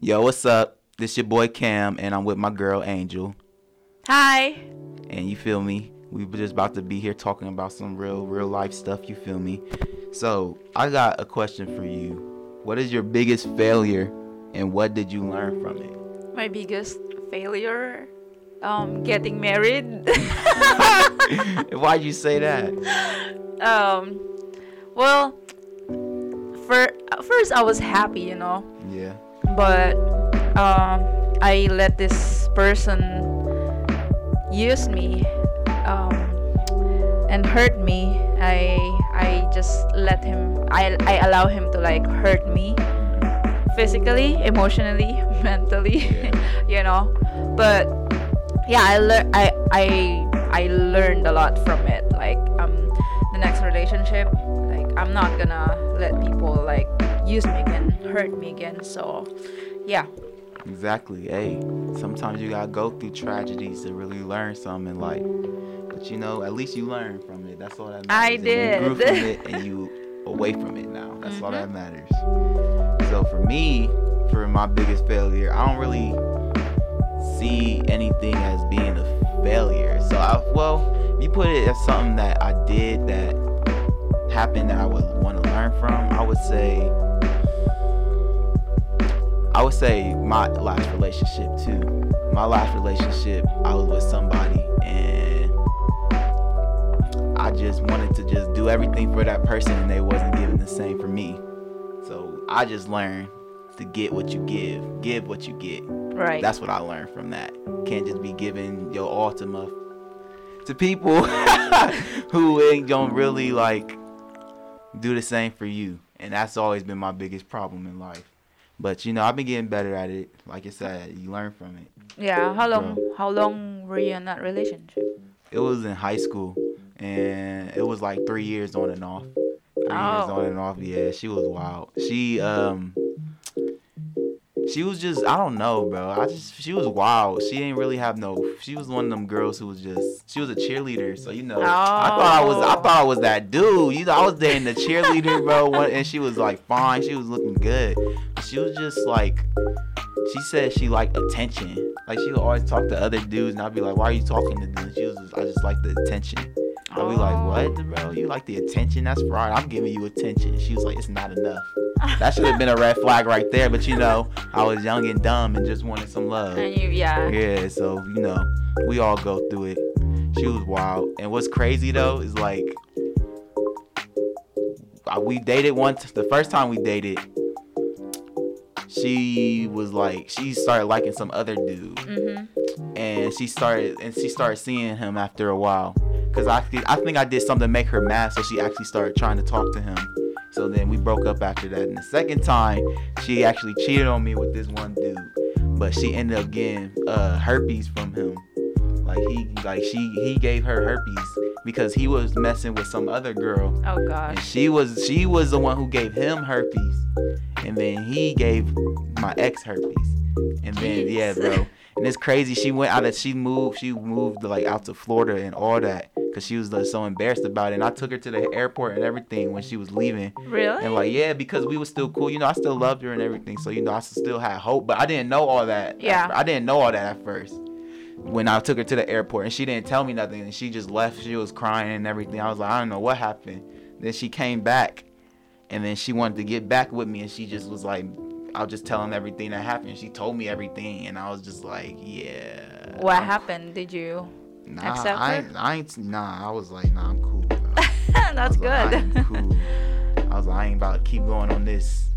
Yo, what's up? This your boy Cam, and I'm with my girl Angel. Hi. And you feel me? We were just about to be here talking about some real, real life stuff. You feel me? So I got a question for you. What is your biggest failure, and what did you learn from it? My biggest failure, um, getting married. Why'd you say that? um, well, for at first I was happy, you know, Yeah. but um, I let this person use me um, and hurt me. I I just let him. I I allow him to like hurt me physically, emotionally, mentally, you know. But yeah, I learned. I I I learned a lot from it. Like um, the next relationship, like I'm not gonna let people like use me again, hurt me again. So yeah, Exactly. Hey, sometimes you gotta go through tragedies to really learn something in life. But you know, at least you learn from it. That's all that matters. I And did. Mm-hmm. You grew from it and you away from it now. That's all that matters. So for me, for my biggest failure, I don't really see anything as being a failure. So I well, if you put it as something that I did that happened that I would want to learn from, I would say I would say my last relationship too. My last relationship, I was with somebody and I just wanted to just do everything for that person and they wasn't giving the same for me. So I just learned to get what you give, give what you get. right. That's what I learned from that. Can't just be giving your all to muff to people who ain't gonna really like do the same for you. And that's always been my biggest problem in life. But you know, I've been getting better at it. Like I said, you learn from it. yeah. How long? How long were you in that relationship? It was in high school, and it was like three years on and off. Three years Oh. on and off. Yeah, she was wild. She um, she was just I don't know, bro. I just she was wild. She didn't really have no. She was one of them girls who was just she was a cheerleader. So you know, I thought I was I Oh. thought I was that dude. You know, I was dating the cheerleader, bro. One, and she was like fine. She was looking good. She was just like she said she liked attention. Like she would always talk to other dudes, and I'd be like, "Why are you talking to them?" She was, just, "I just like the attention." I'd be like, "What, bro? You like the attention? That's right. I'm giving you attention." She was like, "It's not enough." That should have been a red flag right there, but you know, I was young and dumb and just wanted some love. And you, yeah. Uh, Yeah, so you know, we all go through it. She was wild, and what's crazy though is like, I- we dated once. The first time we dated, she was like, she started liking some other dude, Mhm. and she started and she started seeing him after a while. Cause I thi- I think I did something to make her mad, so she actually started trying to talk to him. So then we broke up after that. And the second time, she actually cheated on me with this one dude, but she ended up getting uh, herpes from him. Like he like she he gave her herpes because he was messing with some other girl Oh and gosh. she was she was the one who gave him herpes, and then he gave my ex herpes, and then Jeez. yeah, bro. And it's crazy. She went out. Of, she moved. She moved like out to Florida and all that, cause she was like, so embarrassed about it. And I took her to the airport and everything when she was leaving. Really? And like yeah, because we was still cool. You know, I still loved her and everything. So you know, I still had hope, but I didn't know all that. at Yeah. fir- I didn't know all that at first. When I took her to the airport and she didn't tell me nothing, and she just left. She was crying and everything. I was like, I don't know what happened. Then she came back, and then she wanted to get back with me, and she just was like, I'll just tell him everything that happened. She told me everything, and I was just like, yeah. what I'm- happened? Did you? Nah, Accept I, her? ain't- I ain't. Nah, I was like, nah, I'm cool. bro. That's I was good. Like, I, ain't cool. I was like, I ain't about to keep going on this.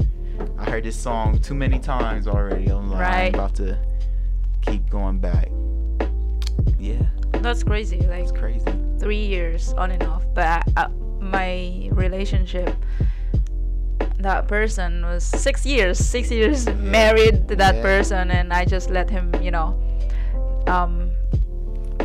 I heard this song too many times already. I'm like, I ain't Right. about to keep going back. Yeah, That's crazy. Like it's crazy. three years on and off but uh, my relationship that person was six years six years married to that Yeah. person and i just let him you know um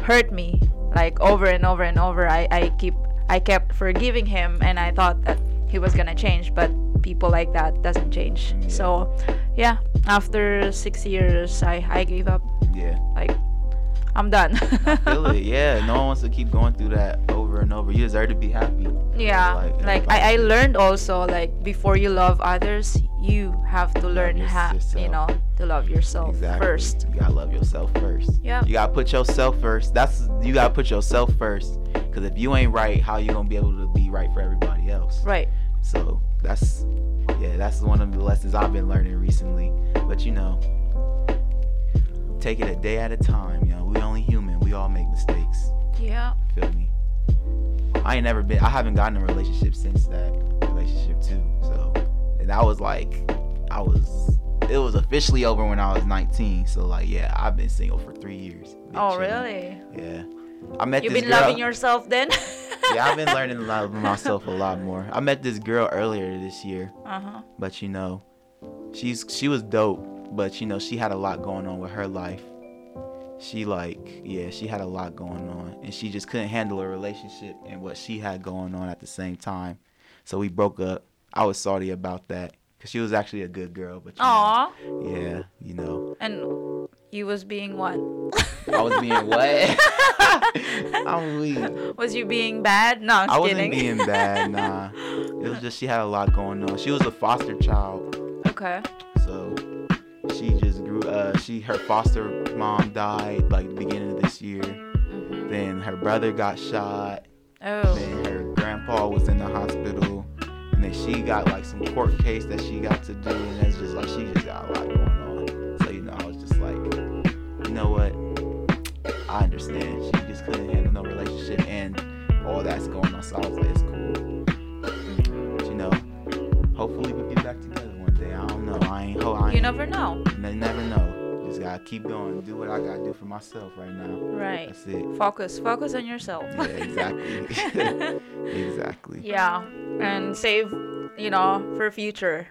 hurt me like over and over and over i i keep i kept forgiving him and i thought that he was gonna change but people like that doesn't change Yeah. so yeah after six years i i gave up Yeah, like i'm done feel it. Yeah, no one wants to keep going through that over and over. You deserve to be happy. Yeah, Like, like, and I, I learned also like before you love others, you you have to learn how you yourself. know to love yourself Exactly. first You gotta love yourself first. Yeah. You gotta put yourself first. That's you gotta put yourself first. Cause if you ain't right, how you gonna be able to be right for everybody else? right So that's yeah, that's one of the lessons I've been learning recently. But you know, take it a day at a time. You know, we only human. We all make mistakes. yeah Feel me? I ain't never been. I haven't gotten in a relationship since that relationship too. So, and I was like, I was. It was officially over when I was 19. So like, yeah, I've been single for three years. Been oh chilling. really Yeah. I met you've this been girl loving yourself then yeah, I've been learning a lot about myself a lot more. I met this girl earlier this year, uh-huh but you know, she's she was dope, but you know, she had a lot going on with her life. She like, yeah, she had a lot going on and she just couldn't handle her relationship and what she had going on at the same time. So we broke up. I was sorry about that cuz she was actually a good girl, but you know, Aw. yeah, you know, and you was being what I was being what? I'm weak. was you being bad no i'm I wasn't being kidding bad, nah. It was just she had a lot going on. She was a foster child, okay so she just grew. Uh, she her foster mom died like the beginning of this year. Mhm. Then her brother got shot. oh Then her grandpa was in the hospital. And then she got like some court case that she got to do, and that's just like she just got a lot going on. So you know, I was just like, you know what? I understand. She just couldn't handle no relationship and all that's going on. So I was like, it's cool. But, you know, hopefully we get back together one day. I don't know. I ain't ho. I ain't, you never know ne- never know. Just gotta keep going. Do what I gotta do for myself right now. right That's it. focus focus on yourself Yeah, exactly. exactly. yeah and save you know for future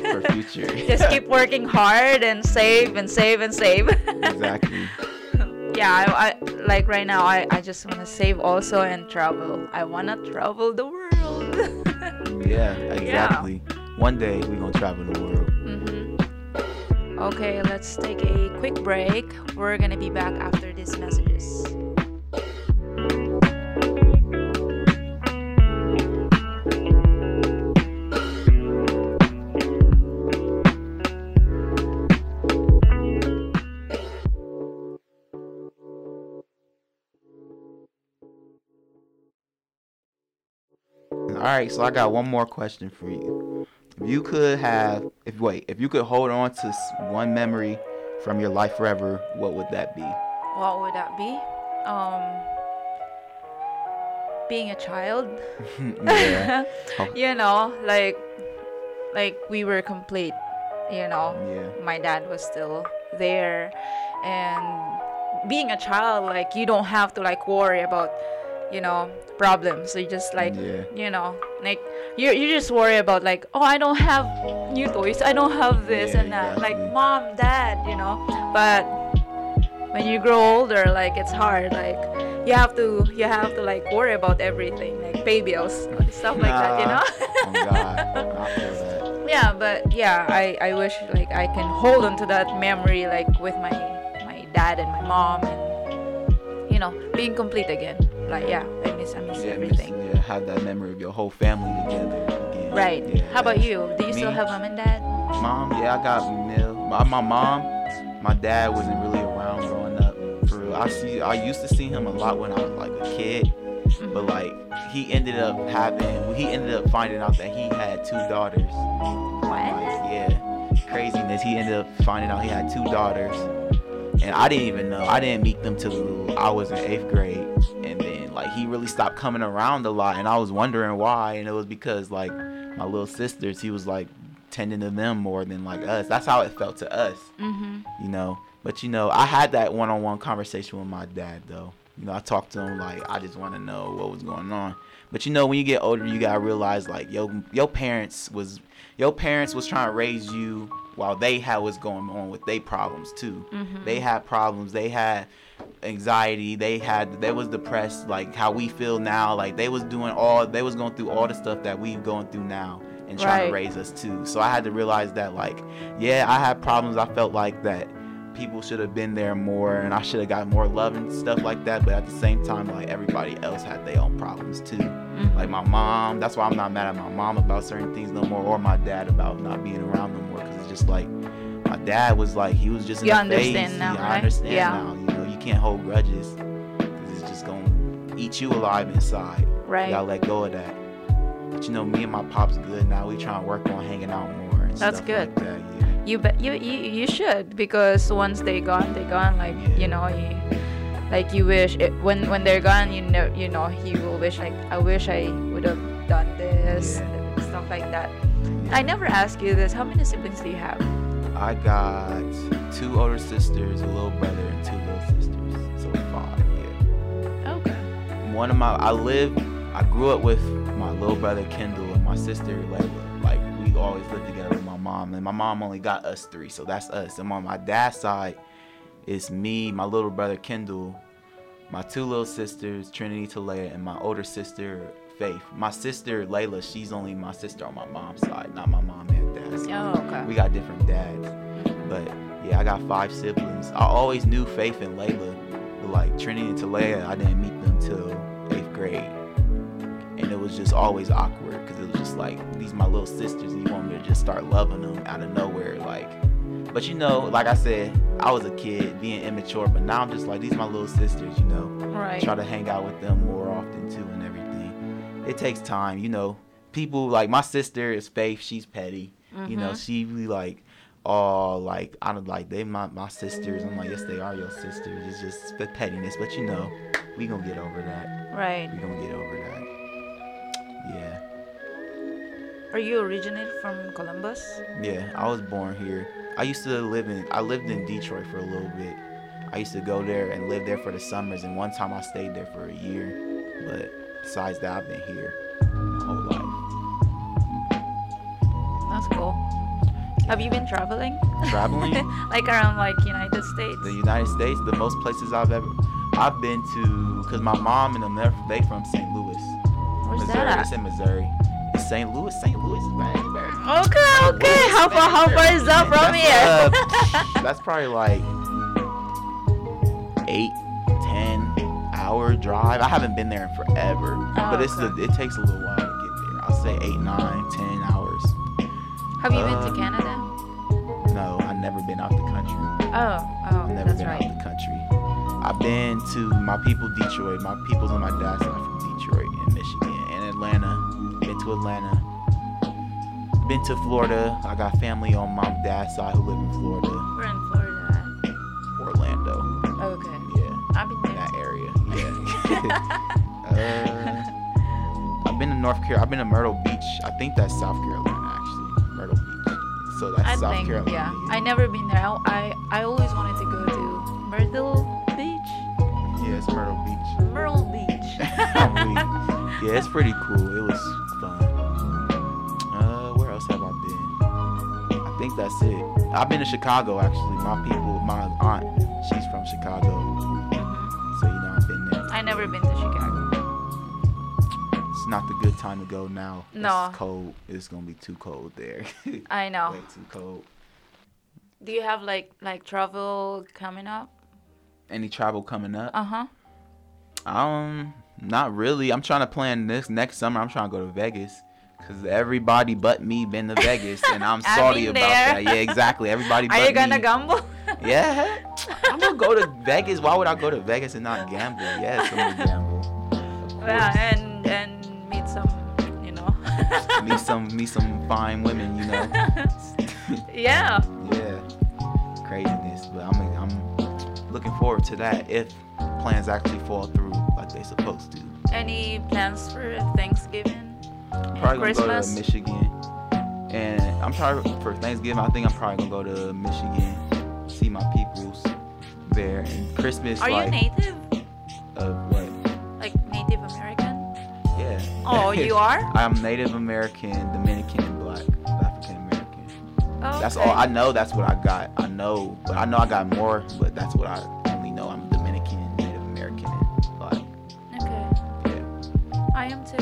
For future. just keep working hard and save and save and save exactly. yeah I, I like right now i, I just want to save also and travel i want to travel the world Yeah. Exactly. One day we gonna travel the world. hmm okay let's take a quick break we're gonna be back after these messages All right. So I got one more question for you. If you could have, if wait, if you could hold on to s- one memory from your life forever, what would that be? what would that be um being a child yeah. you know like like we were complete you know Yeah. my dad was still there and being a child like you don't have to like worry about you know problems you just like Yeah. you know like you, you just worry about like oh i don't have new toys i don't have this Yeah, and that exactly. like mom dad you know but when you grow older like it's hard like you have to you have to like worry about everything like pay bills stuff like that you Nah. know Oh God. I feel that. yeah but yeah i i wish like i can hold on to that memory like with my my dad and my mom and you know being complete again like yeah i miss i miss Yeah, everything missing- yeah, have that memory of your whole family together again. right Yeah, how about that's- you do you still Me? have mom and dad Mom, yeah, I got meal. My, my mom, my dad wasn't really around growing up. For real, I see, I used to see him a lot when I was like a kid, but like he ended up having, he ended up finding out that he had two daughters. what Like, yeah, craziness. He ended up finding out he had two daughters, and I didn't even know. I didn't meet them till I was in eighth grade, and then like he really stopped coming around a lot, and I was wondering why, and it was because like my little sisters, he was like tending to them more than like us. That's how it felt to us, mm-hmm. you know. But you know, I had that one-on-one conversation with my dad though. You know, I talked to him like I just want to know what was going on. But you know, when you get older, you gotta realize like your your parents was your parents was trying to raise you while they had what's going on with their problems too. Mm-hmm. They had problems. They had anxiety. They had they was depressed like how we feel now. Like they was doing all they was going through all the stuff that we've going through now and trying to Right. raise us too. So I had to realize that like yeah, I had problems. I felt like that people should have been there more and I should have got more love and stuff like that. But at the same time, like everybody else had their own problems too. mm-hmm. Like my mom, that's why I'm not mad at my mom about certain things no more, or my dad about not being around no more. Cause it's just like my dad was like he was just in You the understand phase. now, yeah, I right? understand Yeah. now. You know, you can't hold grudges because it's just gonna eat you alive inside. Right. You gotta let go of that. But you know, me and my pops good now. We trying to work on hanging out more. And That's stuff good. Like that. Yeah. you bet you, you you should because once they gone they gone like you know you like you wish it, when when they're gone you know you know you will wish like i wish i would have done this Yeah. and stuff like that i never asked you this how many siblings do you have I got two older sisters, a little brother, and two little sisters. So five, yeah. okay One of my, I lived, I grew up with my little brother Kendall and my sister Layla. Like, we always lived together with my mom. And my mom only got us three, so that's us. And on my dad's side, it's me, my little brother Kendall, my two little sisters, Trinity Talea, and my older sister, Faith. My sister Layla, she's only my sister on my mom's side, not my mom and dad's side. oh okay We got different dads. But yeah, I got five siblings. I always knew Faith and Layla, but like Trinity and Talea, I didn't meet them till eighth grade, and it was just always awkward because it was just like these my little sisters, and you want me to just start loving them out of nowhere, like. But you know, like I said, I was a kid being immature, but now I'm just like these my little sisters, you know right try to hang out with them more often too and everything it takes time you know people like my sister is faith she's petty you know she be like oh like i don't like they my, my sisters i'm like yes they are your sisters it's just the pettiness but you know we gonna get over that right we gonna get over that yeah are you originally from columbus yeah i was born here i used to live in i lived in detroit for a little bit i used to go there and live there for the summers and one time i stayed there for a year but besides that i've been here my whole life that's cool have you been traveling Traveling? like around like united states the United States, the most places I've ever I've been to, cause my mom and them they're they from St. Louis, where's Missouri. that It's at in Missouri. It's St. Louis, St. Louis, man. man. okay okay Louis, how far how man. far is that from That's, here uh, that's probably like eight, ten hour drive. I haven't been there in forever, but it's Oh, okay. a, it takes a little while to get there. I'll say eight, nine, ten hours. Have you been Uh, to Canada? No, I've never been out the country. Oh, oh, I've never that's been right. out the country. I've been to my people Detroit. My people's on my dad's side from Detroit and Michigan and Atlanta. Been to Atlanta. Been to Florida. I got family on my dad's side who live in Florida, We're in Florida. Orlando. Okay, Yeah, I've been there. that area. Yeah. uh, I've been to North Carolina. I've been to Myrtle Beach. I think that's South Carolina actually. Myrtle Beach. So that's I South think, Carolina. yeah. I never been there. I, I, I always wanted to go to Myrtle Beach. yeah, it's Myrtle Beach. Myrtle Beach. I'm weak. yeah, it's pretty cool. It was fun. Uh, where else have I been? I think that's it. I've been to Chicago actually. My people, my aunt, she's from Chicago, Mhm. so you know I've been there. I never been to Chicago. It's not the good time to go now. No. It's cold. It's gonna be too cold there. Way I know. too cold. Do you have like like travel coming up? Any travel coming up? Uh huh. Um, not really. I'm trying to plan this next summer. I'm trying to go to Vegas because everybody but me been to Vegas, and I'm I've salty been about there. that. Yeah, exactly. Everybody. Are but you gonna me. gamble? Yeah, I'm gonna go to Vegas. Why would I go to Vegas and not gamble? Yes, I'm gonna gamble. yeah, and and meet some, you know. Meet some, meet some fine women, you know. yeah. Yeah, craziness. But I'm, I'm looking forward to that if plans actually fall through like they supposed to. Any plans for Thanksgiving? probably gonna go to Christmas? Michigan. And I'm probably for Thanksgiving. I think I'm probably gonna go to Michigan, see my peoples there. And Christmas, Are you like, native? of what? Like Native American? Yeah. Oh, you are? I'm Native American, Dominican, and Black, African American. Oh, That's all I know. That's what I got. I know, but I know I got more. But that's what I only know. I'm Dominican, Native American, and Black. Okay. Yeah. I am too.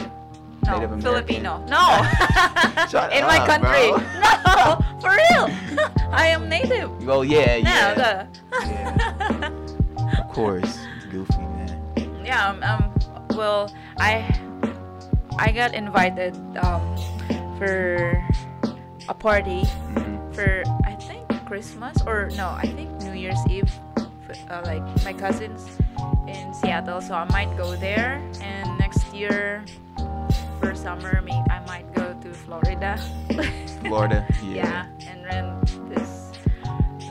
Native American. Filipino. No. Shut In my up, country. bro. No, for real. I am native. Oh yeah, Yeah. yeah. the- Yeah. Of course, it's goofy man. yeah. Um, um, well, I I got invited um for a party Mhm. for I think Christmas or no, I think New Year's Eve. f- Uh, like my cousins in Seattle, so I might go there. And next year for summer, may I might go to Florida. Florida. Yeah. yeah, and rent this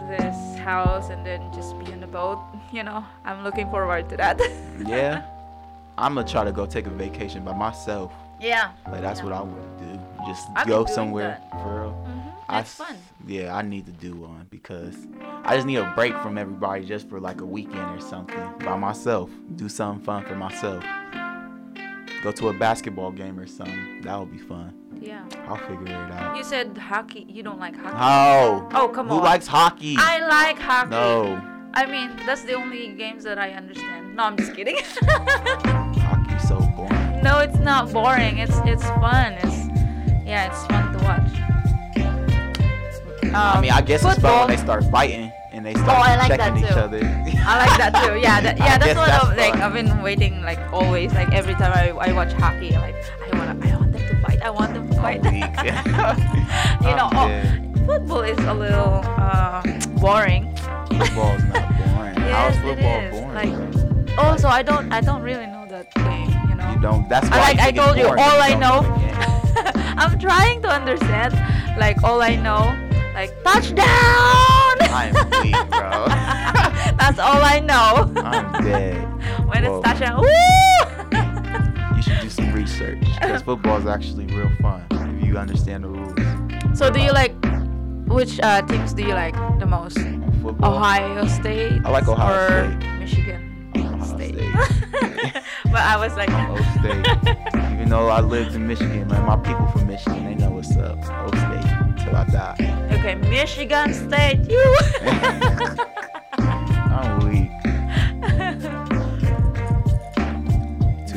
this house and then just be on the boat. You know, I'm looking forward to that. Yeah. I'm gonna try to go take a vacation by myself. yeah. Like that's Yeah. what I want to do. Just I've been go doing somewhere for real. I Mm-hmm. That's s- fun. Yeah, I need to do one because I just need a break from everybody just for like a weekend or something by myself. Do something fun for myself. Go to a basketball game or something. That would be fun. Yeah. I'll figure it out. You said hockey. You don't like hockey. How? Oh, come Who on. likes hockey? I like hockey. no. I mean, that's the only games that I understand. No, I'm just kidding. Hockey's so boring. no, it's not boring. It's it's fun. It's yeah, it's fun to watch. Um, I mean, I guess it's fun when they start fighting and they start Oh, I like checking that each too. other. I like that too. Yeah, that, I yeah, guess that's what that's I've, like fun. I've been waiting like always. Like every time I, I watch hockey, like I wanna I want them to fight. I want them to I'm fight. weak. you know, Oh, oh, yeah. football is a little uh, boring. Football's not boring. How's Yes, it football is. boring? Like- bro? Also, I don't I don't really know that game. You know. You don't. That's why I, like you I think it's told you, boring, all you I don't know. the game. I'm trying to understand. Like all I know, like touchdown. I'm weak, bro. That's all I know. I'm dead. when Whoa. it's touchdown, woo! You should do some research because football is actually real fun if you understand the rules. so do you like which uh, teams do you like the most? Football. Ohio State. I like Ohio or Michigan Ohio State. State. but I was like, I'm O State. Even though I lived in Michigan, man, my people from Michigan, they know what's up. O State till I die. okay, Michigan State, you. I'm weak. Too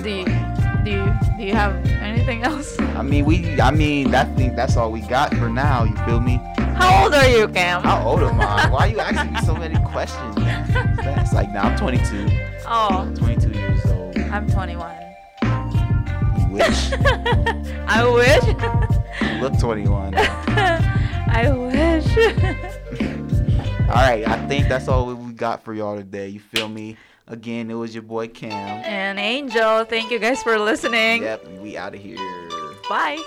do you, funny. do you do you have anything else? I mean, we. I mean, that thing. That's all we got for now. You feel me? How old are you, Cam? How old am I? Why you asking me so many questions? Man? It's like, now I'm 22. Oh, 22 years old. I'm 21. You wish. I wish. You look 21. All I wish. right, I think that's all we got for y'all today. You feel me? Again, it was your boy Cam. and Angel, thank you guys for listening. Yep, we out of here. Bye.